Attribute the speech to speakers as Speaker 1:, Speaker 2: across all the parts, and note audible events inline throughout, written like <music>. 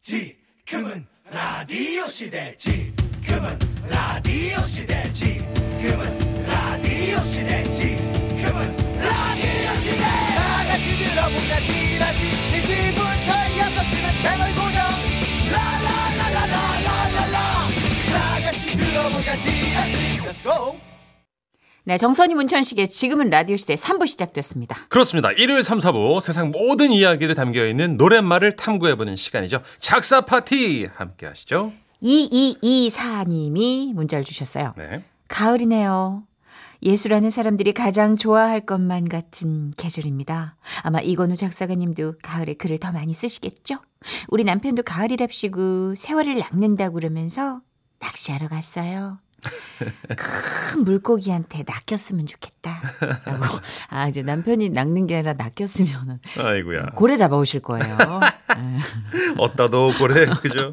Speaker 1: 지금은 라디오 시대 지금은 라디오 시대 지금은 라디오 시대 지금은 라디오 시대 다 같이 들어보자 지라시 1시부터 6시는 채널 고정 라라라라라라라라 다 같이 들어보자 지라시 Let's go
Speaker 2: 네, 정선이 문천식의 지금은 라디오 시대 3부 시작됐습니다.
Speaker 3: 그렇습니다. 일요일 3, 4부 세상 모든 이야기들 담겨 있는 노랫말을 탐구해보는 시간이죠. 작사 파티 함께 하시죠.
Speaker 2: 2224님이 문자를 주셨어요.
Speaker 3: 네.
Speaker 2: 가을이네요. 예술하는 사람들이 가장 좋아할 것만 같은 계절입니다. 아마 이건우 작사가님도 가을에 글을 더 많이 쓰시겠죠? 우리 남편도 가을이랍시고 세월을 낚는다고 그러면서 낚시하러 갔어요. 큰 물고기한테 낚였으면 좋겠다. 라고. 아, 이제 남편이 낚는 게 아니라 낚였으면
Speaker 3: 아이고야.
Speaker 2: 고래 잡아오실 거예요.
Speaker 3: 어따도 고래 그죠?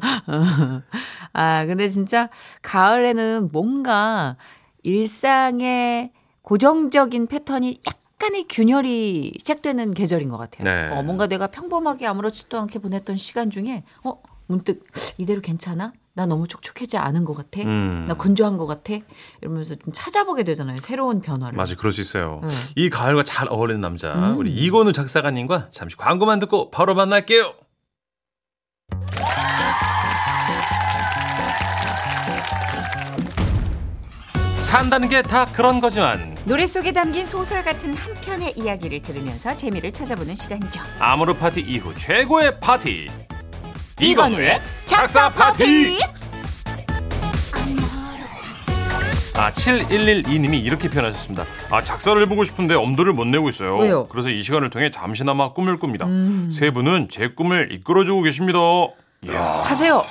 Speaker 2: 아, 근데 진짜 가을에는 뭔가 일상의 고정적인 패턴이 약간의 균열이 시작되는 계절인 것 같아요.
Speaker 3: 네.
Speaker 2: 어, 뭔가 내가 평범하게 아무렇지도 않게 보냈던 시간 중에 어 문득 이대로 괜찮아? 나 너무 촉촉하지 않은 것 같아.
Speaker 3: 음.
Speaker 2: 나 건조한 것 같아. 이러면서 좀 찾아보게 되잖아요. 새로운 변화를.
Speaker 3: 맞아 그럴 수 있어요.
Speaker 2: 응.
Speaker 3: 이 가을과 잘 어울리는 남자 우리 이건우 작사가님과 잠시 광고만 듣고 바로 만날게요. 산다는 게 다 그런 거지만
Speaker 2: 노래 속에 담긴 소설 같은 한 편의 이야기를 들으면서 재미를 찾아보는 시간이죠.
Speaker 3: 아모르 파티 이후 최고의 파티
Speaker 2: 이건우의 작사 파티.
Speaker 3: 아 7112님이 이렇게 표현하셨습니다 아 작사를 보고 싶은데 엄두를 못 내고 있어요
Speaker 2: 왜요? 음.
Speaker 3: 그래서 이 시간을 통해 잠시나마 꿈을 꿉니다 세 분은 제 꿈을 이끌어주고 계십니다
Speaker 4: 아,
Speaker 3: 이야.
Speaker 2: 하세요.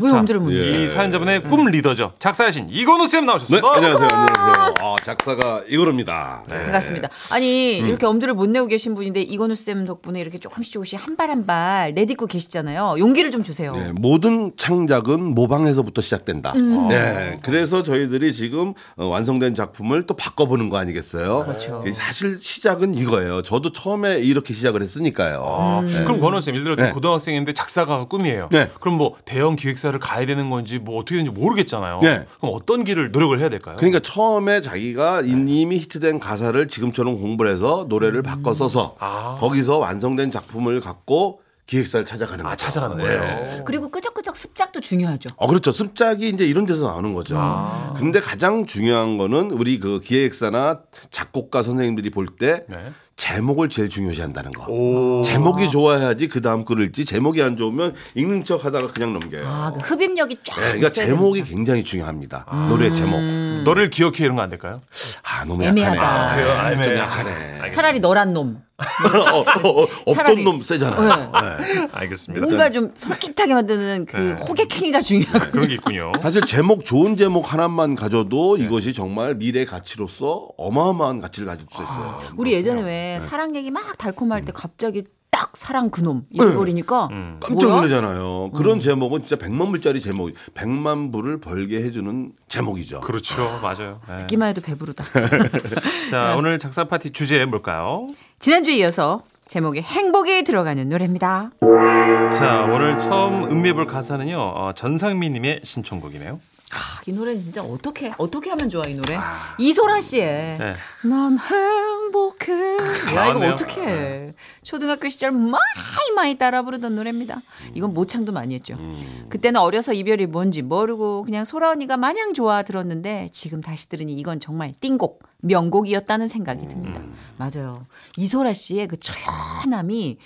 Speaker 2: 왜
Speaker 3: 자,
Speaker 2: 엄두를 못 내세요?
Speaker 3: 이 사연자분의 꿈 리더죠 작사하신 이건우 쌤
Speaker 4: 예. 네,
Speaker 3: 나오셨습니다
Speaker 4: 안녕하세요. 안녕하세요. 아, 작사가 이거입니다. 네. 음.
Speaker 2: 반갑습니다. 아니 이렇게 엄두를 못 내고 계신 분인데 이건우 쌤 덕분에 이렇게 조금씩 조금씩 한 발 한 발 내딛고 계시잖아요. 용기를 좀 주세요.
Speaker 4: 네, 모든 창작은 모방에서부터 시작된다. 네, 그래서 저희들이 지금 어, 완성된 작품을 또 바꿔보는 거 아니겠어요?
Speaker 2: 그렇죠.
Speaker 4: 사실 시작은 이거예요. 저도 처음에 이렇게 시작을 했으니까요.
Speaker 3: 아,
Speaker 2: 음.
Speaker 3: 그럼 권원 쌤, 예를 들어
Speaker 4: 네.
Speaker 3: 고등학생인데 작사가 꿈이에요.
Speaker 4: 네.
Speaker 3: 그럼 뭐 대형 기획사를 가야 되는 건지 뭐 어떻게 되는지 모르겠잖아요.
Speaker 4: 네.
Speaker 3: 그럼 어떤 길을 노력을 해야 될까요?
Speaker 4: 그러니까 처음에 자기가 이미 히트된 가사를 지금처럼 공부를 해서 노래를 바꿔 써서
Speaker 3: 아.
Speaker 4: 거기서 완성된 작품을 갖고 기획사를 찾아가는 거죠.
Speaker 3: 아 찾아가는 거예요.
Speaker 4: 네.
Speaker 2: 그리고 끄적끄적 습작도 중요하죠.
Speaker 4: 어, 그렇죠. 습작이 이제 이런 데서 나오는 거죠.
Speaker 3: 아.
Speaker 4: 근데 가장 중요한 거는 우리 그 기획사나 작곡가 선생님들이 볼 때
Speaker 3: 네.
Speaker 4: 제목을 제일 중요시 한다는 거.
Speaker 3: 오.
Speaker 4: 제목이 좋아야지 그 다음 글을 읽지 제목이 안 좋으면 읽는 척 하다가 그냥 넘겨요.
Speaker 2: 아, 그 흡입력이 쫙.
Speaker 4: 네, 그러니까
Speaker 2: 있어야
Speaker 4: 제목이 굉장히 중요합니다.
Speaker 3: 아.
Speaker 4: 노래 제목.
Speaker 3: 너를 기억해 이런 거 안 될까요?
Speaker 4: 아, 너무
Speaker 2: 음. 애매하다.
Speaker 4: 약하네.
Speaker 2: 아,
Speaker 3: 그래요? 애매해요. 아,
Speaker 4: 좀 약하네.
Speaker 2: 됩니다. 차라리 너란 놈.
Speaker 4: <laughs> 어, 어, 어,
Speaker 2: 차라리.
Speaker 4: 없던 놈 세잖아요. 네.
Speaker 3: 알겠습니다.
Speaker 2: 뭔가 좀 솔깃하게 만드는 그 호객행위가
Speaker 4: 네.
Speaker 2: 중요하고.
Speaker 3: 그런 게 있군요.
Speaker 4: 사실 제목 좋은 제목 하나만 가져도
Speaker 3: 네.
Speaker 4: 이것이 정말 미래 가치로서 어마어마한 가치를 가질 수 있어요.
Speaker 2: 우리 예전에
Speaker 4: 네.
Speaker 2: 왜 사랑 얘기 막 달콤할 때 갑자기 딱 사랑 그놈 잊어버리니까
Speaker 4: 음. 네. 깜짝
Speaker 2: 뭐야? 음.
Speaker 4: 놀라잖아요. 그런 제목은 진짜 100만 불짜리 제목, 100만 불을 벌게 해주는 제목이죠.
Speaker 3: 그렇죠, 맞아요. 네.
Speaker 2: 듣기만 해도 배부르다.
Speaker 3: 자, 오늘 작사 파티 주제 뭘까요?
Speaker 2: 지난주에 이어서 제목에 행복이 들어가는 노래입니다.
Speaker 3: 자, 오늘 처음 음미해볼 가사는요, 어, 전상미님의 신청곡이네요.
Speaker 2: 아, 이 노래 진짜 어떻게 어떻게 하면 좋아 이 노래 이소라 씨의
Speaker 3: 네.
Speaker 2: 난 행복해 야 이거
Speaker 3: 나왔네요.
Speaker 2: 어떻게 해 초등학교 시절 많이 많이 따라 부르던 노래입니다
Speaker 3: 음.
Speaker 2: 이건 모창도 많이 했죠 그때는 어려서 이별이 뭔지 모르고 그냥 소라 언니가 마냥 좋아 들었는데 지금 다시 들으니 이건 정말 띵곡 명곡이었다는
Speaker 3: 음.
Speaker 2: 생각이 듭니다 맞아요 이소라 씨의 그 처연함이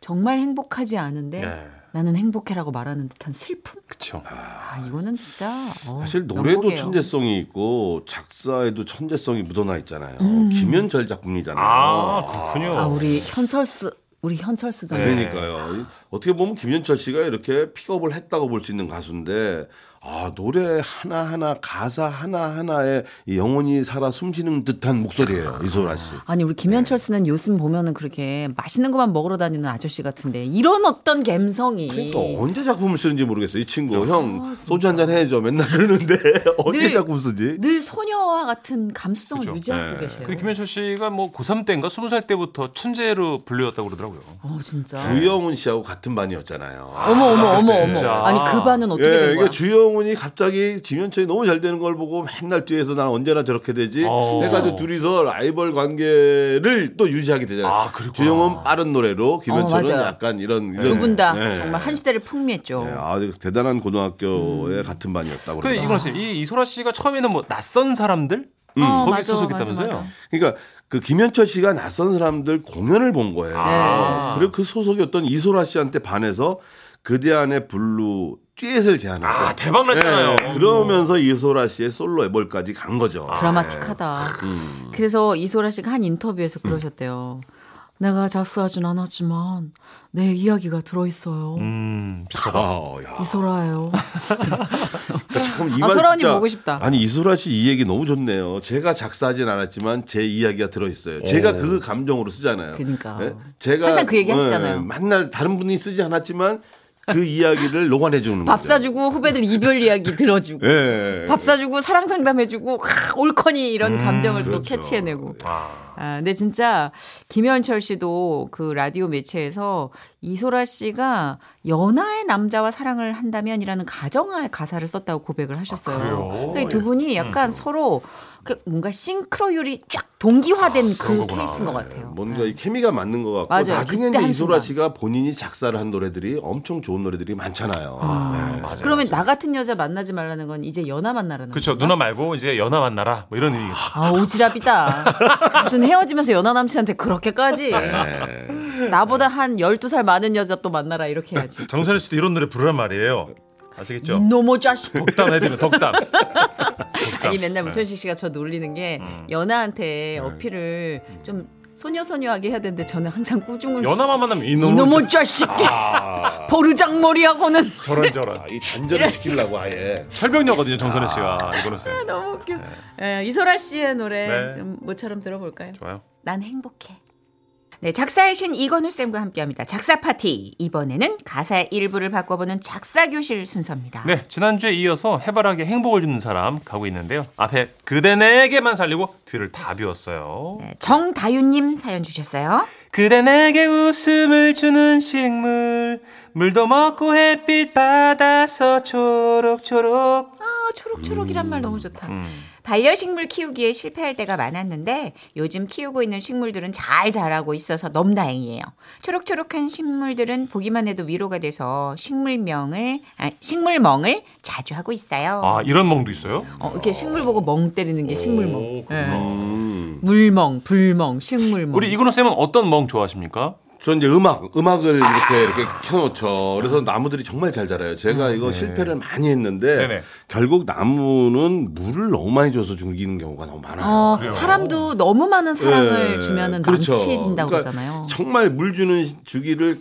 Speaker 2: 정말 행복하지 않은데
Speaker 3: 네.
Speaker 2: 나는 행복해라고 말하는 듯한 슬픔
Speaker 3: 그쵸.
Speaker 2: 아 이거는 진짜 어,
Speaker 4: 사실 노래도
Speaker 2: 명곡이에요.
Speaker 4: 천재성이 있고 작사에도 천재성이 묻어나 있잖아요. 김현철 작품이잖아요.
Speaker 3: 아,
Speaker 4: 네.
Speaker 3: 그렇군요.
Speaker 2: 음. 아 우리 현설스 우리
Speaker 4: 그러니까.
Speaker 2: 현설스잖아요.
Speaker 3: 네.
Speaker 4: 그러니까요. 어떻게 보면 김현철 씨가 이렇게 픽업을 했다고 볼 수 있는 가수인데 아, 노래 하나하나, 가사 하나하나에 이 영혼이 살아 숨쉬는 듯한 목소리예요. 이소라 씨.
Speaker 2: 아니 우리 김현철 씨는 요즘 보면은 그렇게 맛있는 것만 먹으러 다니는 아저씨 같은데 이런 어떤 감성이
Speaker 4: 그러니까 언제 작품을 쓰는지 모르겠어요. 이
Speaker 2: 아,
Speaker 4: 친구. 형, 소주 한 잔 해줘. 맨날 그러는데 <laughs> 언제
Speaker 2: 늘-
Speaker 4: 작품 쓰지?
Speaker 2: 늘 소녀와 같은 감수성을
Speaker 3: 그죠.
Speaker 2: 유지하고
Speaker 4: 네.
Speaker 2: 계세요.
Speaker 3: 근데 김현철 씨가 뭐 고3 때인가 20살 때부터 천재로 불려졌다고 그러더라고요.
Speaker 2: 어 진짜.
Speaker 4: 주영훈 씨하고 같은 반이었잖아요.
Speaker 2: 어머 어머 어머 어머.
Speaker 3: 진짜.
Speaker 2: 아니 그 반은 어떻게
Speaker 4: 예,
Speaker 2: 된 거야?
Speaker 4: 이게 주영훈이 갑자기 지면철이 너무 잘 되는 걸 보고 맨날 뒤에서 난 언제나 저렇게 되지.
Speaker 2: 아,
Speaker 3: 어.
Speaker 4: 해가지고 둘이서 라이벌 관계를 또 유지하게 되잖아요.
Speaker 3: 아, 그렇구나.
Speaker 4: 주영훈 빠른 노래로 김현철은
Speaker 2: 어, 맞아요.
Speaker 4: 약간 이런 이런.
Speaker 2: 두 분 다
Speaker 4: 예.
Speaker 2: 정말 한 시대를 풍미했죠. 어,
Speaker 4: 예, 아주 대단한 고등학교의 같은 반이었다고
Speaker 3: 그
Speaker 4: 그래요.
Speaker 3: 이건 선생님, 이 이소라 씨가 처음에는 뭐 낯선 사람들
Speaker 2: 어,
Speaker 3: 음, 거기
Speaker 2: 맞아,
Speaker 3: 소속했다면서요?
Speaker 2: 맞아, 맞아.
Speaker 4: 그러니까 그 김현철 씨가 낯선 사람들 공연을 본 거예요.
Speaker 3: 아.
Speaker 4: 그리고 그 소속이었던 이소라 씨한테 반해서 그대 안의 블루 듀엣을 제안하고 예,
Speaker 3: 아 대박 났잖아요.
Speaker 4: 네. 그러면서 이소라 씨의 솔로 앨범까지 간 거죠.
Speaker 2: 아, 드라마틱하다. 그래서 이소라 씨가 한 인터뷰에서 그러셨대요. 내가 작사하진 않았지만 내 이야기가 들어있어요.
Speaker 3: 음,
Speaker 4: 아, 야.
Speaker 2: 이소라예요.
Speaker 4: 참
Speaker 2: 아,
Speaker 4: 말
Speaker 2: 소라 언니
Speaker 4: 진짜-
Speaker 2: 보고 싶다.
Speaker 4: 아니 이소라 씨 이 얘기 너무 좋네요. 제가 작사하진 않았지만 제 이야기가 들어 있어요. 제가 그 감정으로 쓰잖아요.
Speaker 2: 그러니까.
Speaker 4: 예? 제가
Speaker 2: 항상 그 얘기 하시잖아요.
Speaker 4: 예, 맨날 다른 분이 쓰지 않았지만 그 이야기를 <laughs> 녹아내 주는 거죠.
Speaker 2: 밥 사주고 후배들 이별 이야기 들어주고
Speaker 4: 예.
Speaker 2: 밥 사주고 사랑 상담해주고 하, 올커니 이런 감정을 또
Speaker 4: 그렇죠.
Speaker 2: 캐치해내고. 아, 근데 진짜 김현철 씨도 그 라디오 매체에서 이소라 씨가 연하의 남자와 사랑을 한다면이라는 가정하의 가사를 썼다고 고백을 하셨어요. 그러니까 이두 분이 약간 서로 그 뭔가 싱크로율이 쫙 동기화된 그 케이스인 것 같아요.
Speaker 4: 뭔가 이 케미가 맞는 것 같고
Speaker 2: 맞아요.
Speaker 4: 나중에
Speaker 2: 그때
Speaker 4: 이제
Speaker 2: 한 순간.
Speaker 4: 이소라 씨가 본인이 작사를 한 노래들이 엄청 좋은 노래들이 많잖아요. 예.
Speaker 3: 맞아요.
Speaker 2: 그러면 나 같은 여자 만나지 말라는 건 이제 연하 만나라는
Speaker 3: 그렇죠. 누나 말고 이제 연하 만나라 뭐 이런 얘기겠죠.
Speaker 2: 아, 오지랖이다. 무슨 헤어지면서 연하 남친한테 그렇게까지.
Speaker 3: 네.
Speaker 2: 나보다 한 12살 많은 여자 또 만나라 이렇게 해야지.
Speaker 3: 정선희 씨도 이런 노래 부르란 말이에요. 아시겠죠? 그렇죠. 네.
Speaker 2: 이놈의 자식.
Speaker 3: 덕담 해드리면 <laughs> 덕담.
Speaker 2: 아니 맨날 문천식 씨가 저 놀리는 게
Speaker 3: 음. 네.
Speaker 2: 연하한테 어필을 좀 소녀소녀하게 해야 되는데 저는 항상 꾸중을
Speaker 3: 연하만 만나면 이놈
Speaker 2: 이놈의 자식. <laughs> 버르장머리하고는
Speaker 3: 저런 저런.
Speaker 4: 아, 이 단절을 시키려고 아예.
Speaker 3: <laughs> 철벽녀거든요 정선혜 씨가 이거는 쌤.
Speaker 2: 너무 웃겨. 예, 이소라 씨의 노래
Speaker 3: 네.
Speaker 2: 좀 뭐처럼 들어볼까요?
Speaker 3: 좋아요.
Speaker 2: 난 행복해.
Speaker 5: 네, 작사이신 이건우 쌤과 함께합니다. 작사 파티 이번에는 가사의 일부를 바꿔보는 작사 교실 순서입니다.
Speaker 3: 네 지난주에 이어서 해바라기 행복을 주는 사람 가고 있는데요. 앞에 그대 내게만 살리고 뒤를 다 비웠어요.
Speaker 5: 네, 정다윤님 사연 주셨어요.
Speaker 3: 그대 내게 웃음을 주는 식물 물도 먹고 햇빛 받아서 초록초록
Speaker 5: 아, 초록초록이란 말 너무 좋다.
Speaker 3: 음.
Speaker 5: 반려식물 키우기에 실패할 때가 많았는데 요즘 키우고 있는 식물들은 잘 자라고 있어서 너무 다행이에요. 초록초록한 식물들은 보기만 해도 위로가 돼서 식물명을 아, 식물멍을 자주 하고 있어요.
Speaker 3: 아 이런 멍도 있어요?
Speaker 2: 어, 이렇게 식물 보고 멍 때리는 게 식물멍. 예.
Speaker 4: 음.
Speaker 2: 물멍, 불멍, 식물멍.
Speaker 3: 우리 이근호 쌤은 어떤 멍 좋아하십니까?
Speaker 4: 전 이제 음악, 음악을 이렇게 이렇게 켜놓죠. 그래서 나무들이 정말 잘 자라요. 제가 이거 실패를 많이 했는데
Speaker 3: 네네.
Speaker 4: 결국 나무는 물을 너무 많이 줘서 죽이는 경우가 너무 많아요.
Speaker 2: 어,
Speaker 3: 네.
Speaker 2: 사람도 너무 많은 사랑을
Speaker 4: 예.
Speaker 2: 주면은
Speaker 4: 그렇죠.
Speaker 2: 남친다고
Speaker 4: 그러니까
Speaker 2: 하잖아요.
Speaker 4: 정말 물 주는 시- 주기를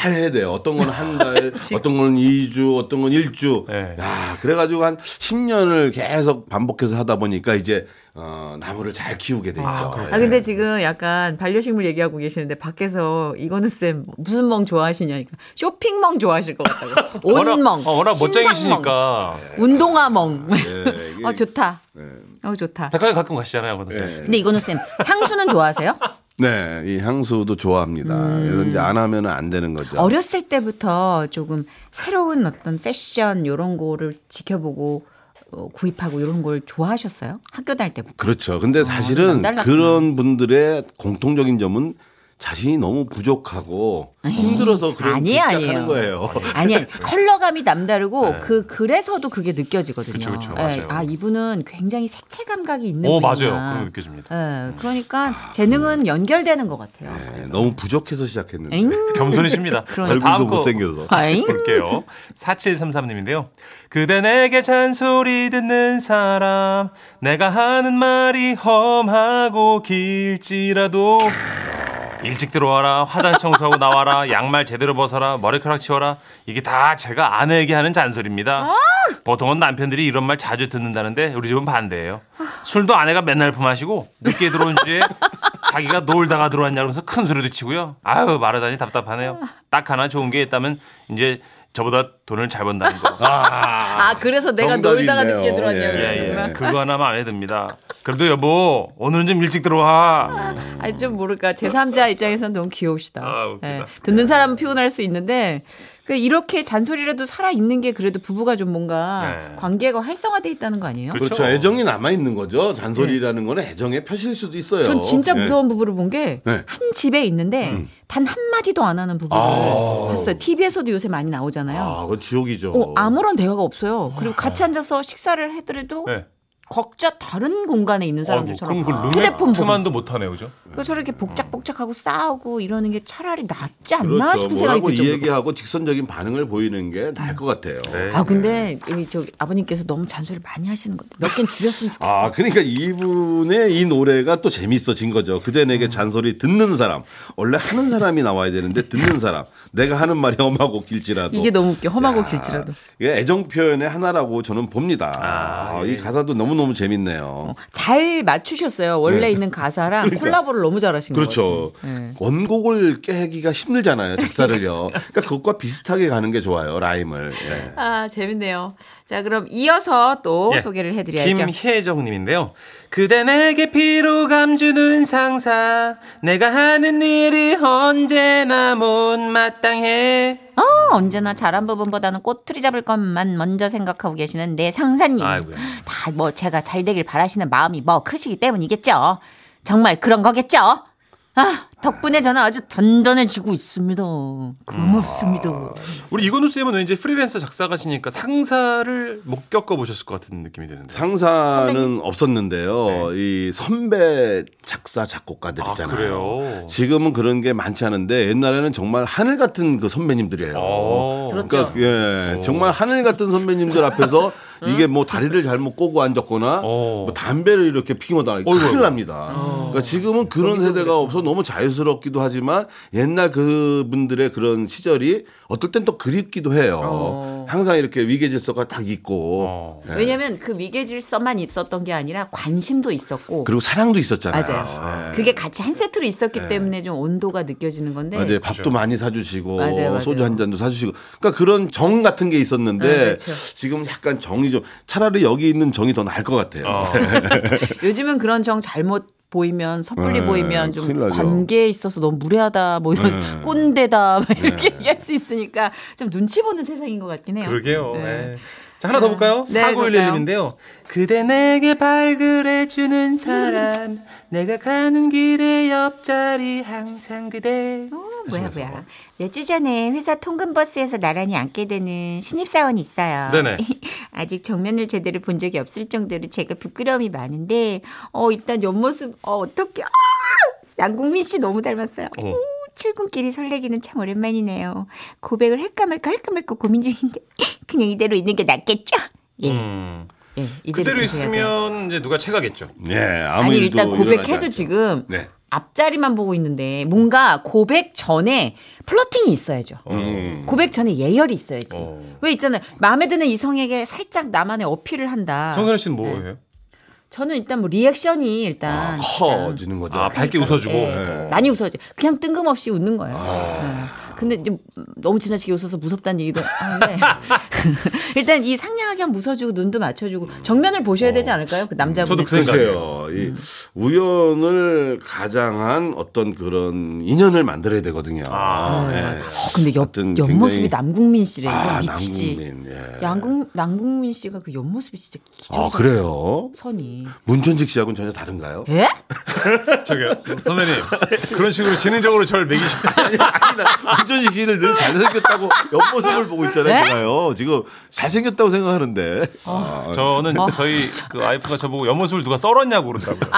Speaker 4: 잘 해야 돼요. 어떤 건 한 달, 어떤 건 2주, 어떤 건 1주.
Speaker 3: 네.
Speaker 4: 야, 그래가지고 한 10년을 계속 반복해서 하다 보니까 이제 어, 나무를 잘 키우게 되죠.
Speaker 2: 아
Speaker 3: 네.
Speaker 2: 근데 지금 약간 반려식물 얘기하고 계시는데 밖에서 이건우 쌤 무슨 멍 좋아하시냐니까 그러니까 쇼핑멍 좋아하실 것 같다고
Speaker 3: <laughs> 워낙-
Speaker 2: 온멍,
Speaker 3: 어, 워낙
Speaker 2: 신상멍,
Speaker 3: 멋쟁이시니까 네,
Speaker 2: 운동화멍.
Speaker 4: 예, 이게-
Speaker 2: <laughs> 어 좋다. 어 좋다.
Speaker 3: 백화점 가끔 가시잖아요, 근호 쌤.
Speaker 5: 근데 이건우 쌤 향수는 좋아하세요?
Speaker 4: 네, 이 향수도 좋아합니다. 그래서 이제 안 하면 안 되는 거죠.
Speaker 5: 어렸을 때부터 조금 새로운 어떤 패션 요런 거를 지켜보고 어, 구입하고 이런 걸 좋아하셨어요? 학교 다닐
Speaker 3: <laughs>
Speaker 5: 때부터.
Speaker 4: 그렇죠. 근데 사실은
Speaker 5: 남달랐구나.
Speaker 4: 그런 분들의 공통적인 점은 자신이 너무 부족하고 힘들어서 그런
Speaker 5: 아니에요,
Speaker 4: 짓 시작하는
Speaker 5: 아니에요.
Speaker 4: 거예요. <laughs>
Speaker 5: 아니 컬러감이 남다르고
Speaker 2: 그 그래서도 그게 느껴지거든요.
Speaker 3: 네. 그쵸, 그쵸,
Speaker 2: 예,
Speaker 3: 맞아요.
Speaker 2: 아 이분은 굉장히 색채 감각이 있는
Speaker 3: 오 맞아요,
Speaker 2: 분이구나.
Speaker 3: 그런 거 느껴집니다.
Speaker 2: 예, 그러니까 재능은 연결되는 것 같아요.
Speaker 4: 네, 너무 부족해서
Speaker 3: 네.
Speaker 4: 시작했는데
Speaker 5: 엥?
Speaker 3: 겸손이십니다. 자,
Speaker 4: 얼굴도
Speaker 3: 다음 거
Speaker 4: 못생겨서.
Speaker 5: 아잉?
Speaker 3: 볼게요. 4733님인데요. 그대 내게 잔소리 듣는 사람, 내가 하는 말이 험하고 길지라도 일찍 들어와라, 화장
Speaker 2: <laughs>
Speaker 3: 청소하고 나와라, 양말 제대로 벗어라, 머리카락 치워라. 이게 다 제가 아내에게 하는 잔소리입니다. 보통은 남편들이 이런 말 자주 듣는다는데 우리 집은 반대예요. 술도 아내가 맨날 품하시고 늦게 들어온
Speaker 2: <laughs>
Speaker 3: 주에 자기가 놀다가 들어왔냐고 해서 큰 소리도 치고요. 아유 말하자니 답답하네요. 딱 하나 좋은 게 있다면 이제 저보다 돈을 잘 번다는 <laughs> 거.
Speaker 4: 아,
Speaker 2: 아, 그래서 내가
Speaker 4: 정답이
Speaker 2: 놀다가
Speaker 4: 있네요.
Speaker 2: 늦게 들어왔냐고
Speaker 4: 예, 예.
Speaker 2: 그러시구나.
Speaker 3: 그거 하나 마음에 듭니다. 그래도 여보, 오늘은 좀 일찍 들어와.
Speaker 2: 아니 좀 모를까 제3자 입장에서는 너무 귀여우시다.
Speaker 3: 아, 웃기다.
Speaker 2: 예, 듣는 사람은 피곤할 수 있는데 그 이렇게 잔소리라도 살아 있는 게 그래도 부부가 좀 뭔가
Speaker 3: 네.
Speaker 2: 관계가 활성화돼 있다는 거 아니에요?
Speaker 3: 그렇죠.
Speaker 4: 그렇죠. 애정이 남아 있는 거죠. 잔소리라는 건 애정의 표시일 수도 있어요.
Speaker 2: 전 진짜
Speaker 3: 네.
Speaker 4: 예.
Speaker 2: 무서운 부부를 본 게 한
Speaker 4: 네.
Speaker 2: 집에 있는데 단 한 마디도 안 하는 부부를
Speaker 4: 아.
Speaker 2: 봤어요. TV에서도 요새 많이 나오잖아요.
Speaker 4: 아, 그건 지옥이죠.
Speaker 2: 어, 아무런 대화가 없어요. 그리고 같이 앉아서 식사를 해더라도
Speaker 3: 네.
Speaker 2: 각자 다른 공간에 있는 사람들처럼
Speaker 3: 아이고, 그럼 그
Speaker 2: 휴대폰 보면서
Speaker 3: 룸메트만도 못하네요, 그죠?
Speaker 2: 그 서로 이렇게 복작복작하고 싸우고 이러는 게 차라리 낫지 않나
Speaker 4: 그렇죠.
Speaker 2: 싶은 생각이
Speaker 4: 뭐라고
Speaker 2: 들 정도로.
Speaker 4: 얘기하고 직선적인 반응을 보이는 게 나을 것 같아요.
Speaker 2: 아 근데 여기 저 아버님께서 너무 잔소리를 많이 하시는 건데 몇 개는 줄였으면 좋겠어요.
Speaker 4: 아, 그러니까 이분의 이 노래가 또 재밌어진 거죠. 그대
Speaker 2: 음.
Speaker 4: 내게 잔소리 듣는 사람. 원래 하는 사람이 나와야 되는데 듣는 사람. 내가 하는 말이 험하고 길지라도.
Speaker 2: 이게 너무 웃겨. 험하고
Speaker 4: 야,
Speaker 2: 길지라도.
Speaker 4: 이게 애정 표현의 하나라고 저는 봅니다.
Speaker 3: 아,
Speaker 4: 아,
Speaker 3: 예.
Speaker 4: 이 가사도 너무너무 재밌네요.
Speaker 2: 잘 맞추셨어요. 원래 있는 가사랑 콜라보를 너무 잘하신
Speaker 4: 그렇죠.
Speaker 2: 거예요. 네.
Speaker 4: 원곡을 깨기가
Speaker 2: <laughs>
Speaker 4: 힘들잖아요. 작사를요. 그러니까 그것과 비슷하게 가는 게 좋아요. 라임을. 예.
Speaker 2: 아 재밌네요. 자 그럼 이어서 또
Speaker 3: 예.
Speaker 2: 소개를 해드려야죠.
Speaker 3: 김혜정님인데요. 그대 내게 피로감 주는 상사, 내가 하는 일이 언제나 못마땅해.
Speaker 2: 어, 언제나 잘한 부분보다는 꼬투리 잡을 것만 먼저 생각하고 계시는 내 상사님.
Speaker 3: 아이고야.
Speaker 2: 다 뭐 제가 잘 되길 바라시는 마음이 뭐 크시기 때문이겠죠. 정말 그런 거겠죠. 아, 덕분에 저는 아주 든든해지고 있습니다. 고맙습니다.
Speaker 3: 우리 이건우 쌤은 왠지 프리랜서 작사가시니까 상사를 못 겪어보셨을 것 같은 느낌이 드는데. 네.
Speaker 4: 상사는 없었는데요. 이 선배 작사 작곡가들
Speaker 3: 아,
Speaker 4: 있잖아요.
Speaker 3: 그래요?
Speaker 4: 지금은 그런 게 많지 않은데 옛날에는 정말 하늘 같은 그 선배님들이에요.
Speaker 3: 어.
Speaker 4: 그러니까 예, 정말 하늘 같은 선배님들 앞에서 이게 뭐 다리를 잘못 꼬고 앉았거나
Speaker 3: 어.
Speaker 4: 뭐 담배를 이렇게 피우거나
Speaker 3: 어이구,
Speaker 4: 큰일
Speaker 3: 어이구.
Speaker 4: 납니다. 그러니까 지금은 그런 세대가 없어 너무 자유스럽기도 하지만 옛날 그분들의 그런 시절이 어떨 땐 또 그립기도 해요. 항상 이렇게 위계질서가 딱 있고
Speaker 3: 어.
Speaker 4: 예.
Speaker 2: 왜냐면 그 위계질서만 있었던 게 아니라 관심도 있었고
Speaker 4: 그리고 사랑도 있었잖아요.
Speaker 2: 맞아요.
Speaker 4: 예.
Speaker 2: 그게 같이 한 세트로 있었기 때문에 좀 온도가 느껴지는 건데
Speaker 4: 맞아요. 밥도 많이 사주시고
Speaker 2: 네. 맞아요, 맞아요.
Speaker 4: 소주 한 잔도 사주시고 그러니까 그런 정 같은 게 있었는데
Speaker 2: 네, 그렇죠.
Speaker 4: 지금 약간 정이 좀 차라리 여기 있는 정이 더 나을 것 같아요.
Speaker 3: 아,
Speaker 2: 요즘은 그런 정 잘못 보이면 섣불리
Speaker 4: 네,
Speaker 2: 보이면 좀
Speaker 4: 큰일 나죠. 네.
Speaker 2: 관계에 있어서 너무 무례하다 뭐 이런 <laughs> 꼰대다 막 이렇게 얘기할 수 있으니까 좀 눈치 보는 세상인 것 같긴 해요.
Speaker 3: 그러게요.
Speaker 2: 네.
Speaker 3: 예. 자, 하나 더 볼까요?
Speaker 2: 네,
Speaker 3: 4911님인데요. 그대 내게 발그레주는 사람, 내가 가는 길의 옆자리 항상 그대.
Speaker 2: 어?
Speaker 6: 뭐야 뭐야 몇 주 전에 회사 통근 버스에서 나란히 앉게 되는 신입사원이 있어요.
Speaker 3: 네네.
Speaker 6: <laughs> 아직 정면을 제대로 본 적이 없을 정도로 제가 부끄러움이 많은데 어 일단 옆모습 어 어떻게 아! 양궁민 씨 너무 닮았어요.
Speaker 3: 어.
Speaker 6: 출근길이 설레기는 참 오랜만이네요. 고백을 할까 말까 할까 말까 고민 중인데 <laughs> 그냥 이대로 있는 게 낫겠죠? 예,
Speaker 3: 음.
Speaker 6: 예 이대로,
Speaker 3: 그대로
Speaker 6: 계셔야 돼요.
Speaker 3: 있으면 이제 누가 체가겠죠.
Speaker 4: 예, 아무
Speaker 2: 아니
Speaker 4: 일도
Speaker 2: 일단
Speaker 4: 일어나지
Speaker 2: 고백해도
Speaker 4: 않죠.
Speaker 2: 지금
Speaker 4: 네.
Speaker 2: 앞자리만 보고 있는데 뭔가 고백 전에 플러팅이 있어야죠.
Speaker 4: 음.
Speaker 2: 고백 전에 예열이 있어야지.
Speaker 3: 어.
Speaker 2: 왜 있잖아요. 마음에 드는 이성에게 살짝 나만의 어필을 한다. 네.
Speaker 3: 정선우 씨는 뭐예요?
Speaker 2: 저는 일단 뭐 리액션이 일단
Speaker 4: 아,
Speaker 2: 그러니까
Speaker 4: 커지는 거죠.
Speaker 3: 아, 밝게 웃어주고.
Speaker 4: 네.
Speaker 2: 예, 많이 웃어야죠. 그냥 뜬금없이 웃는 거예요.
Speaker 4: 아.
Speaker 2: 예. 근데 이제 너무 지나치게 웃어서 무섭다는 얘기도
Speaker 4: <laughs>
Speaker 2: 하는데 <laughs> 일단 이 상냥하게 한번 웃어주고 눈도 맞춰주고 정면을 보셔야
Speaker 4: 어.
Speaker 2: 되지 않을까요? 그 남자분.
Speaker 3: 저도 그
Speaker 4: 글쎄요. 이
Speaker 2: 음.
Speaker 4: 우연을 가장한 어떤 그런 인연을 만들어야 되거든요.
Speaker 3: 아,
Speaker 4: 예.
Speaker 2: 어, 근데 옆,
Speaker 4: 같은
Speaker 2: 옆모습이
Speaker 4: 굉장히-
Speaker 2: 남궁민 씨래.
Speaker 4: 아,
Speaker 2: 이거 미치지.
Speaker 4: 남궁민. 예.
Speaker 2: 양궁, 남궁민 씨가 그 옆모습이 진짜 기절.
Speaker 4: 아, 그래요?
Speaker 2: 선이.
Speaker 4: 문천식 씨하고는 전혀 다른가요?
Speaker 2: 예?
Speaker 3: 저기요. 선배님. 그런 식으로 지능적으로 저를 매기시면
Speaker 4: 문천식 씨를 늘 잘생겼다고 옆모습을 보고 있잖아요.
Speaker 2: 네?
Speaker 4: 제가요. 지금 저도 잘생겼다고 생각하는데. 아,
Speaker 3: 저는 저희 그 와이프가 저보고 옆모습을 누가 썰었냐고 그러더라고요.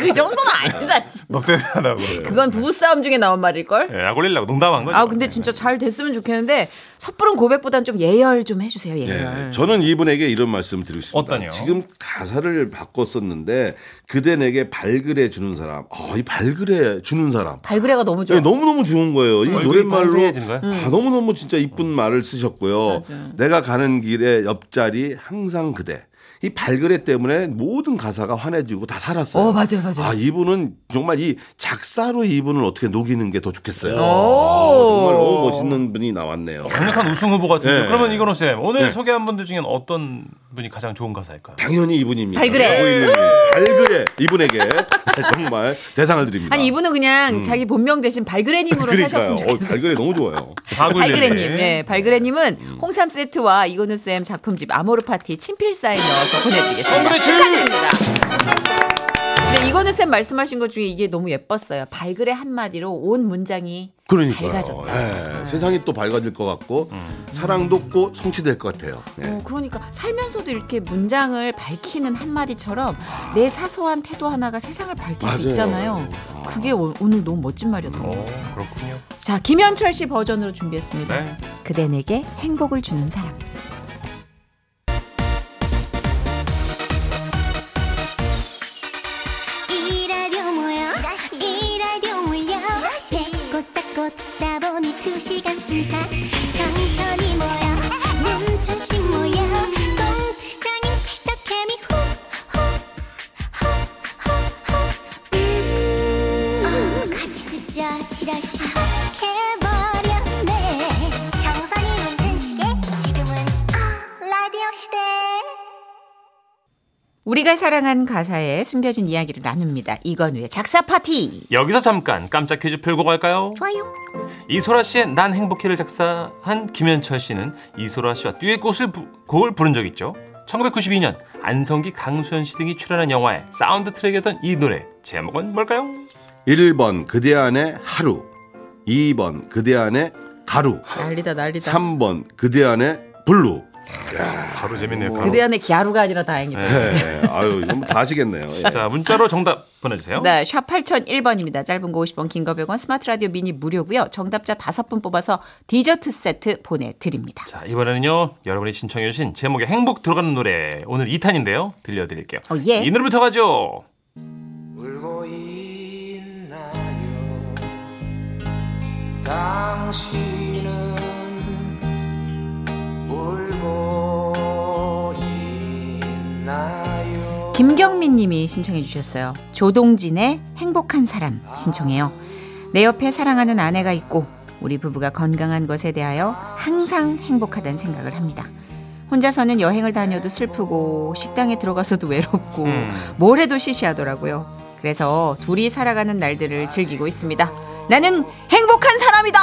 Speaker 2: 그 정도는 아니다.
Speaker 3: <laughs>
Speaker 2: 진짜.
Speaker 3: 넉대하다고
Speaker 2: 그건 부부싸움 중에 나온 말일걸?
Speaker 3: 예, 약 올리려고 농담한 거죠. 네.
Speaker 2: 아, 근데 진짜 잘 됐으면 좋겠는데, 섣부른 고백보단 좀 예열 좀 해주세요, 예열.
Speaker 4: 예, 저는 이분에게 이런 말씀 드리고 싶습니다.
Speaker 3: 어떠냐?
Speaker 4: 지금 가사를 바꿨었는데 그대 내게 발그레 주는 사람. 아, 이 발그레 주는 사람.
Speaker 2: 발그레가 너무 좋아.
Speaker 4: 예, 너무너무 좋은 거예요. 이
Speaker 3: 얼굴이
Speaker 4: 노랫말로
Speaker 3: 빨개진 거야?
Speaker 4: 아, 너무너무 진짜 이쁜 말을 쓰셨고요.
Speaker 2: 음. 맞아요.
Speaker 4: 내가 가는 길에 옆자리 항상 그대. 이 발그레 때문에 모든 가사가 환해지고 다 살았어요.
Speaker 2: 어, 맞아요, 맞아요.
Speaker 4: 아, 이분은 정말 이 작사로 이분을 어떻게 녹이는 게 더 좋겠어요. 아,
Speaker 2: 오.
Speaker 4: 정말 너무 멋있는 분이 나왔네요.
Speaker 3: 강력한 우승 후보 같은데.
Speaker 4: 네.
Speaker 3: 그러면 이건호 쌤 오늘
Speaker 4: 네.
Speaker 3: 소개한 분들 중엔 어떤 분이 가장 좋은 가사일까요?
Speaker 4: 당연히 이분입니다.
Speaker 2: 발그레.
Speaker 4: 라고 이름이. 발그레 이분에게 정말 대상을 드립니다.
Speaker 2: 아니, 이분은 그냥
Speaker 4: 음.
Speaker 2: 자기 본명 대신 발그레님으로
Speaker 4: 그러니까요.
Speaker 2: 사셨으면
Speaker 4: 어,
Speaker 2: 좋겠어요.
Speaker 4: 발그레 너무 좋아요.
Speaker 2: 발그레님, 예. 발그레님은 홍삼 세트와 이건우 쌤 작품집 아모르 파티 친필 사인 넣어서 보내드리겠습니다. 축하드립니다. 근데 이건우 쌤 말씀하신 것 중에 이게 너무 예뻤어요. 발그레 한마디로 온 문장이
Speaker 4: 그러니까요.
Speaker 2: 밝아졌다.
Speaker 4: 예, 세상이 또 밝아질 것 같고 사랑도 꼭 성취될 것 같아요. 예.
Speaker 2: 어, 그러니까 살면서도 이렇게 문장을 밝히는 한마디처럼 내 사소한 태도 하나가 세상을 밝힐 수
Speaker 4: 맞아요. 어,
Speaker 2: 있잖아요. 그게 오, 늘 너무 멋진 말이었던
Speaker 3: 오,
Speaker 2: 거예요.
Speaker 3: 그렇군요.
Speaker 2: 자, 김현철 씨 버전으로 준비했습니다.
Speaker 3: 네.
Speaker 5: 그대 내게 행복을 주는 사람.
Speaker 7: 이 라디오 뭐야 이 라디오 몰려 배꼽 잡고 듣다 보니 두 시간 순삭 정선이 뭐야 문천식 뭐야 공투장인 찰떡케미 후후후후 음. 아, 같이 듣자 지라시 해버렸네 정선이 문천식의 지금은 라디오 시대
Speaker 2: 우리가 사랑한 가사에 숨겨진 이야기를 나눕니다. 이건우의 작사 파티.
Speaker 3: 여기서 잠깐 깜짝 퀴즈 풀고 갈까요?
Speaker 2: 좋아요.
Speaker 3: 이소라 씨의 난 행복해를 작사한 김현철 씨는 이소라 씨와 듀엣곡을 부, 곡을 부른 적 있죠. 1992년 안성기, 강수현 씨 등이 출연한 영화의 사운드 트랙이었던 이 노래 제목은 뭘까요?
Speaker 4: 1번 그대 안에 하루 2번 그대 안에 가루
Speaker 2: 난리다 난리다.
Speaker 4: 3번 그대 안에 블루
Speaker 3: 바로 재밌네요.
Speaker 4: 뭐.
Speaker 3: 바로.
Speaker 2: 그대 안에 기아루가 아니라 다행이다.
Speaker 3: 네.
Speaker 4: 예, 아유 이건 다 아시겠네요. 예.
Speaker 3: 자 문자로 정답 보내주세요.
Speaker 2: 네, 샵 8001번입니다. 짧은 거 50원, 긴 거 100원, 스마트 라디오 미니 무료고요. 정답자 5분 뽑아서 디저트 세트 보내드립니다.
Speaker 3: 자 이번에는요 여러분이 신청해주신 제목에 행복 들어가는 노래 오늘 2탄인데요 들려드릴게요.
Speaker 2: 어, 예.
Speaker 3: 이 노래부터 가죠.
Speaker 1: 울고 있나요 당신은 울고 있나요
Speaker 2: 김경민 님이 신청해 주셨어요. 조동진의 행복한 사람 신청해요. 내 옆에 사랑하는 아내가 있고 우리 부부가 건강한 것에 대하여 항상 행복하다는 생각을 합니다. 혼자서는 여행을 다녀도 슬프고 식당에 들어가서도 외롭고
Speaker 3: 음.
Speaker 2: 뭘 해도 시시하더라고요. 그래서 둘이 살아가는 날들을 즐기고 있습니다. 나는 행복한 사람이다.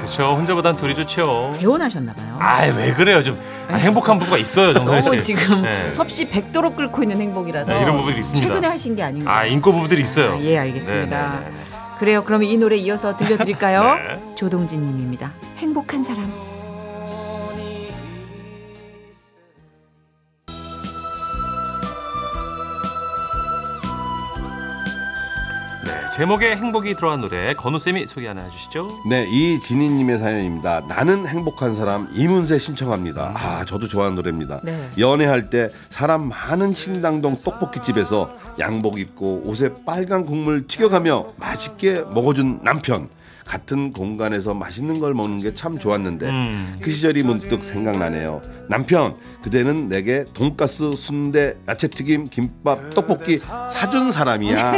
Speaker 3: 그렇죠 혼자보단 둘이 좋죠.
Speaker 2: 재혼하셨나 봐요.
Speaker 3: 아이 왜 그래요 좀 아, 행복한 부부가 있어요 정선 씨.
Speaker 2: 너무 지금
Speaker 3: 네.
Speaker 2: 섭씨 100도로 끓고 있는 행복이라서
Speaker 3: 네, 이런 부분이 있습니다.
Speaker 2: 최근에 하신 게 아닌가.
Speaker 3: 아 인고 부부들이 있어요.
Speaker 2: 아, 예, 알겠습니다.
Speaker 3: 네, 네, 네.
Speaker 2: 그래요. 그럼 이 노래 이어서 들려드릴까요?
Speaker 3: <laughs> 네.
Speaker 2: 조동진 님입니다. 행복한 사람.
Speaker 3: 네, 제목에 행복이 들어간 노래 건우 쌤이 소개 하나 해주시죠.
Speaker 4: 네, 이진희님의 사연입니다. 나는 행복한 사람 이문세 신청합니다. 아, 저도 좋아하는 노래입니다.
Speaker 2: 네.
Speaker 4: 연애할 때 사람 많은 신당동 떡볶이 집에서 양복 입고 옷에 빨간 국물 튀겨가며 맛있게 먹어준 남편. 같은 공간에서 맛있는 걸 먹는 게 참 좋았는데
Speaker 3: 음.
Speaker 4: 그 시절이 문득 생각나네요. 남편, 그대는 내게 돈가스, 순대, 야채튀김, 김밥, 떡볶이 사준 사람이야.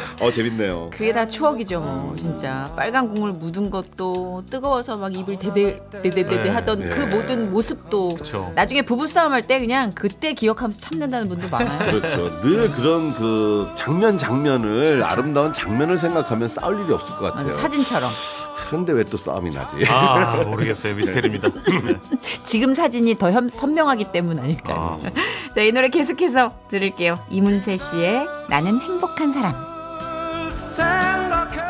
Speaker 4: <laughs> 어 재밌네요.
Speaker 2: 그게 다 추억이죠, 뭐.
Speaker 3: 음.
Speaker 2: 진짜. 빨간 국물 묻은 것도 뜨거워서 막 입을 대대대대대
Speaker 3: 네,
Speaker 2: 하던 그 모든 모습도
Speaker 3: 그쵸.
Speaker 2: 나중에 부부싸움 할 때 그냥 그때 기억하면서 참는다는 분들
Speaker 3: <laughs>
Speaker 2: 많아요.
Speaker 4: 그렇죠. 늘 그런 그 장면 장면을 아름다운 장면을 생각하면 싸울 일이 없을 것
Speaker 2: 맞아,
Speaker 4: 같아요.
Speaker 2: 사진처럼.
Speaker 4: 그런데 왜 또 싸움이 나지?
Speaker 3: 아 모르겠어요 미스테리입니다. 네.
Speaker 2: 지금 사진이 더 현- 선명하기 때문 아닐까요? <laughs> 자, 이 노래 계속해서 들을게요. 이문세 씨의 나는 행복한 사람.
Speaker 1: 생각해보면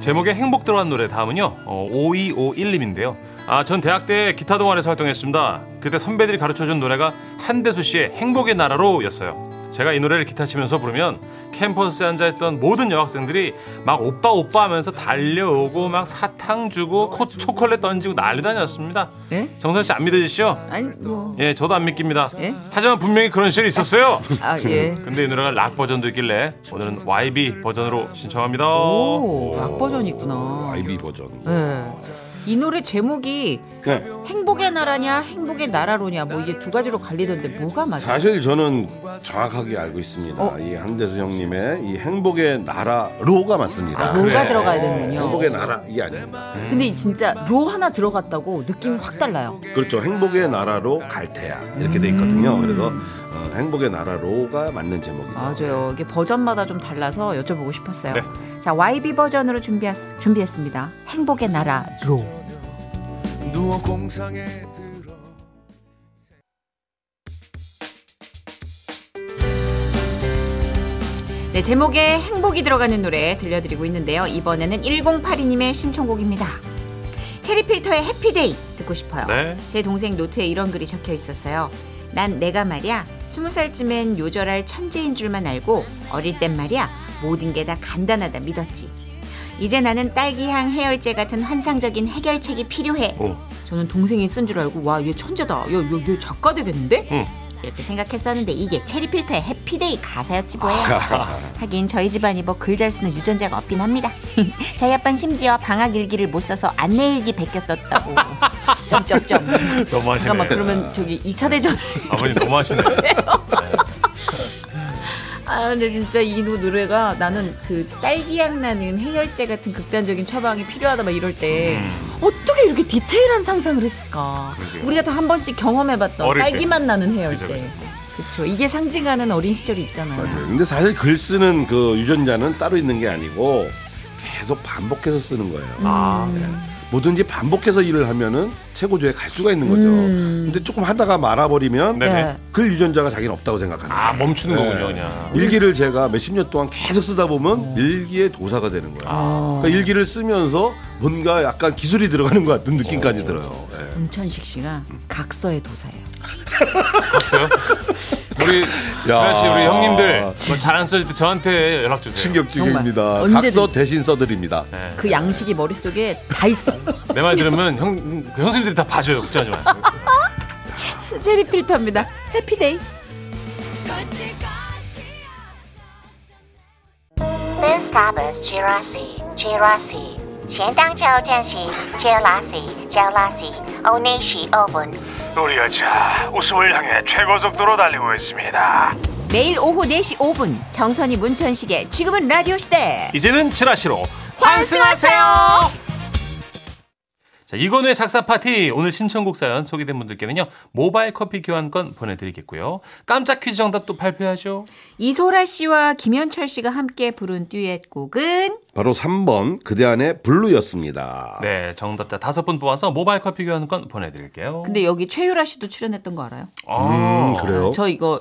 Speaker 3: 제목에 행복 들어간 노래 다음은요. 어, 5251님인데요. 아, 전 대학 때 기타 동아리에서 활동했습니다. 그때 선배들이 가르쳐 준 노래가 한대수 씨의 행복의 나라로였어요. 제가 이 노래를 기타 치면서 부르면 캠퍼스에 앉아 있던 모든 여학생들이 막 오빠 오빠 하면서 달려오고 막 사탕 주고 코 초콜릿 던지고 난리 다녔습니다.
Speaker 2: 예?
Speaker 3: 정선 씨 안 믿으시죠?
Speaker 2: 아니 뭐.
Speaker 3: 예, 저도 안 믿깁니다.
Speaker 2: 예?
Speaker 3: 하지만 분명히 그런 시절이 있었어요.
Speaker 2: 아 예.
Speaker 3: 근데 이 노래가 락 버전도 있길래 오늘은 YB 버전으로 신청합니다.
Speaker 2: 오, 락 버전이 있구나.
Speaker 4: <laughs> 아이비 버전.
Speaker 2: 예. 이 노래 제목이
Speaker 4: 네.
Speaker 2: 행복의 나라냐 행복의 나라로냐 뭐 이게 두 가지로 갈리던데 뭐가 맞아?
Speaker 4: 사실 저는 정확하게 알고 있습니다.
Speaker 2: 어?
Speaker 4: 이 한대수 형님의 이 행복의 나라로가 맞습니다.
Speaker 2: 아, 뭐가
Speaker 3: 그래.
Speaker 2: 들어가야 되는군요.
Speaker 4: 행복의 나라 이게 아닙니다.
Speaker 2: 근데 진짜 로 하나 들어갔다고 느낌이 확 달라요.
Speaker 4: 그렇죠. 행복의 나라로 갈 테야 이렇게 돼 있거든요. 그래서 어, 행복의 나라로가 맞는
Speaker 2: 음.
Speaker 4: 제목이죠.
Speaker 2: 맞아요. 이게 버전마다 좀 달라서 여쭤보고 싶었어요.
Speaker 3: 네.
Speaker 2: 자, YB 버전으로 준비했, 습니다 행복의 나라 로.
Speaker 1: 누워 공상에 들어
Speaker 2: 네, 제목에 행복이 들어가는 노래 들려드리고 있는데요. 이번에는 1082님의 신청곡입니다. 체리필터의 해피데이 듣고 싶어요.
Speaker 3: 네.
Speaker 2: 제 동생 노트에 이런 글이 적혀 있었어요. 난 내가 말이야 스무 살쯤엔 요절할 천재인 줄만 알고 어릴 땐 말이야 모든 게 다 간단하다 믿었지. 이제 나는 딸기향 해열제 같은 환상적인 해결책이 필요해.
Speaker 3: 오.
Speaker 2: 저는 동생이 쓴 줄 알고 와 얘 천재다. 얘, 얘, 얘 작가 되겠는데?
Speaker 3: 응.
Speaker 2: 이렇게 생각했었는데 이게 체리필터의 해피데이 가사였지 뭐예요.
Speaker 3: <laughs>
Speaker 2: 하긴 저희 집안이 뭐 글 잘 쓰는 유전자가 없긴 합니다. <laughs> 저희 아빠는 심지어 방학 일기를 못 써서 안내 일기 베껴
Speaker 3: <laughs>
Speaker 2: 썼다고. 점점점.
Speaker 3: 너무하시네.
Speaker 2: 잠깐만 그러면 저기 2차 대전.
Speaker 3: 아버님 너무하시네.
Speaker 2: <laughs> 아 근데 진짜 이 노래가 나는 그 딸기향 나는 해열제 같은 극단적인 처방이 필요하다 막 이럴 때 어떻게 이렇게 디테일한 상상을 했을까?
Speaker 3: 음. 그러게요.
Speaker 2: 우리가 다 한 번씩 경험해봤던
Speaker 3: 어릴 때.
Speaker 2: 딸기맛 나는
Speaker 3: 그죠,
Speaker 2: 해열제. 그렇죠. 이게 상징하는 어린 시절이 있잖아요.
Speaker 4: 맞아요. 근데 사실 글 쓰는 그 유전자는 따로 있는 게 아니고 계속 반복해서 쓰는 거예요.
Speaker 3: <laughs> 아,
Speaker 4: 뭐든지 반복해서 일을 하면은 최고조에 갈 수가 있는 거죠.
Speaker 2: 음.
Speaker 4: 근데 조금 하다가 말아버리면
Speaker 3: 네네.
Speaker 2: 네.
Speaker 4: 글 유전자가 자기는 없다고 생각하는 거예요.
Speaker 3: 아 멈추는
Speaker 4: 네.
Speaker 3: 거군요, 그냥.
Speaker 4: 일기를 제가 몇십 년 동안 계속 쓰다
Speaker 2: 음.
Speaker 4: 보면 일기의 도사가 되는 거예요.
Speaker 3: 아.
Speaker 4: 그러니까 일기를 쓰면서 뭔가 약간 기술이 들어가는 것 같은 느낌까지 들어요.
Speaker 3: 네.
Speaker 4: 예.
Speaker 2: 문천식 씨가
Speaker 3: 음.
Speaker 2: 각서의 도사예요.
Speaker 3: 우리 지라 씨, 우리 형님들 뭐 잘안 써질 때 저한테 연락 주세요.
Speaker 4: 충격적입니다.
Speaker 2: 정말.
Speaker 4: 각서
Speaker 2: 언제든지.
Speaker 4: 대신 써드립니다.
Speaker 3: 네.
Speaker 2: 그 양식이 머릿속에 다
Speaker 3: <laughs>
Speaker 2: 있어요.
Speaker 3: 내 말 들으면 형, 그 형수님들이 다 봐줘요. 걱정하지 마.
Speaker 2: 체리 필터입니다. 해피데이.
Speaker 8: This time is Chirasi, Chirasi. 前当桥站时，Chirasi, Chirasi, Oneshi, Oven。
Speaker 9: 우리가 차 우승을 향해 최고 속도로 달리고 있습니다.
Speaker 2: 매일 오후 4시 5분 정선이 문천식의 지금은 라디오 시대.
Speaker 3: 이제는 지라 씨로
Speaker 2: 환승하세요.
Speaker 3: 자, 이건우의 작사 파티 오늘 신청곡 사연 소개된 분들께는요 모바일 커피 교환권 보내드리겠고요 깜짝 퀴즈 정답도 발표하죠
Speaker 2: 이소라 씨와 김현철 씨가 함께 부른 듀엣곡은
Speaker 4: 바로 3번 그대 안에 블루였습니다.
Speaker 3: 네 정답자 다섯 분 뽑아서 모바일 커피 교환권 보내드릴게요
Speaker 2: 근데 여기 최유라 씨도 출연했던 거 알아요?
Speaker 3: 아,
Speaker 4: 음, 그래요?
Speaker 2: 저 이거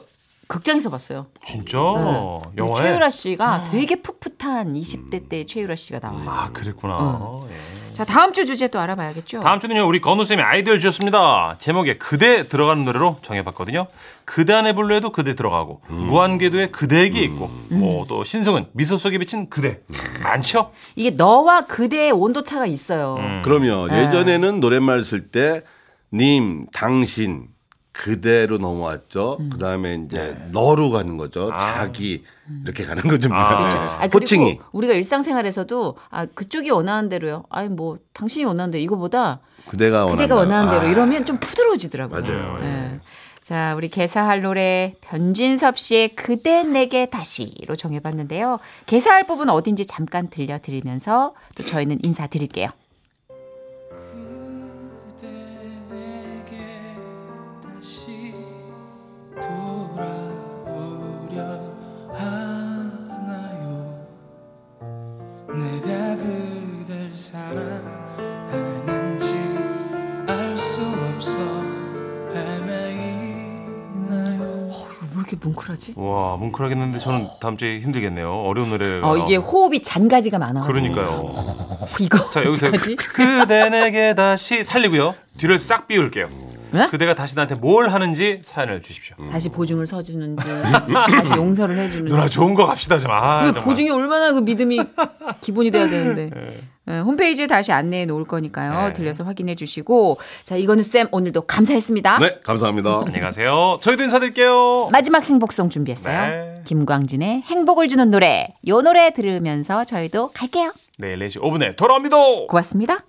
Speaker 2: 극장에서 봤어요.
Speaker 3: 진짜
Speaker 2: 근데
Speaker 3: 영화에 음.
Speaker 2: 최유라 씨가 되게 풋풋한 20대 때의 최유라 씨가 나와요.
Speaker 3: 아 그랬구나
Speaker 2: 음.
Speaker 3: 예.
Speaker 2: 자 다음 주 주제 또 알아봐야겠죠.
Speaker 3: 다음 주는요 우리 건우 쌤이 아이디어를 주셨습니다. 제목에 그대 들어가는 노래로 정해봤거든요. 그대 안에 블루에도 그대 들어가고 무한궤도에 그대에게 있고 뭐 또 신승은 미소 속에 비친 그대 많죠.
Speaker 2: 이게 너와 그대의 온도 차가 있어요.
Speaker 3: 음.
Speaker 4: 그럼요.
Speaker 2: 네.
Speaker 4: 예전에는 노랫말 쓸 때 님, 당신 그대로 넘어왔죠. 그다음에 이제 너로 가는 거죠. 자기 이렇게 가는 거죠.
Speaker 3: 아.
Speaker 2: 그렇죠.
Speaker 3: 네.
Speaker 2: 아,
Speaker 4: 호칭이.
Speaker 2: 그리고 우리가 일상생활에서도 아 그쪽이 원하는 대로요. 아니 뭐 당신이 원하는 대로 이거보다
Speaker 4: 그대가 원하는
Speaker 2: 그대가 원하는
Speaker 4: 대로. 아.
Speaker 2: 대로 이러면 좀 부드러워지더라고요.
Speaker 4: 맞아요.
Speaker 2: 예. 자, 우리 개사할 노래 변진섭 씨의 그대 내게 다시로 정해봤는데요. 개사할 부분 어딘지 잠깐 들려드리면서 또 저희는 인사드릴게요.
Speaker 1: 그대 내게 다시 돌아오려 하나요 내가 그댈 사랑하는지 알 수 없어 헤매이나요
Speaker 2: 왜 이렇게 뭉클하지?
Speaker 10: 와 뭉클하겠는데 저는 다음 주에 힘들겠네요. 어려운 노래가.
Speaker 2: 어, 이게 호흡이 잔가지가 많아.
Speaker 10: 그러니까요.
Speaker 2: 이거.
Speaker 10: 자 여기서
Speaker 2: 어떡하지?
Speaker 10: 그대 내게 다시 살리고요. 뒤를 싹 비울게요.
Speaker 2: 네? 음.
Speaker 10: 그대가 다시 나한테 뭘 하는지 사연을 주십시오.
Speaker 2: 다시 보증을 서주는지, 다시 용서를 해주는지.
Speaker 10: 누나 좋은 거 갑시다 좀. 아,
Speaker 2: 그
Speaker 10: 정말.
Speaker 2: 보증이 얼마나 그
Speaker 10: <laughs>
Speaker 2: 믿음이 기본이 돼야 되는데. 예, 홈페이지에 다시 안내해 놓을 거니까요.
Speaker 10: 네.
Speaker 2: 들려서 확인해 주시고. 자, 이건우 쌤 오늘도 감사했습니다.
Speaker 4: 네, 감사합니다.
Speaker 10: 안녕히 가세요. 저희도 인사드릴게요.
Speaker 2: 마지막 행복송 준비했어요.
Speaker 10: 네.
Speaker 2: 김광진의 행복을 주는 노래. 요 노래 들으면서 저희도 갈게요.
Speaker 10: 내일 4시 5분에 돌아옵니다.
Speaker 2: 고맙습니다.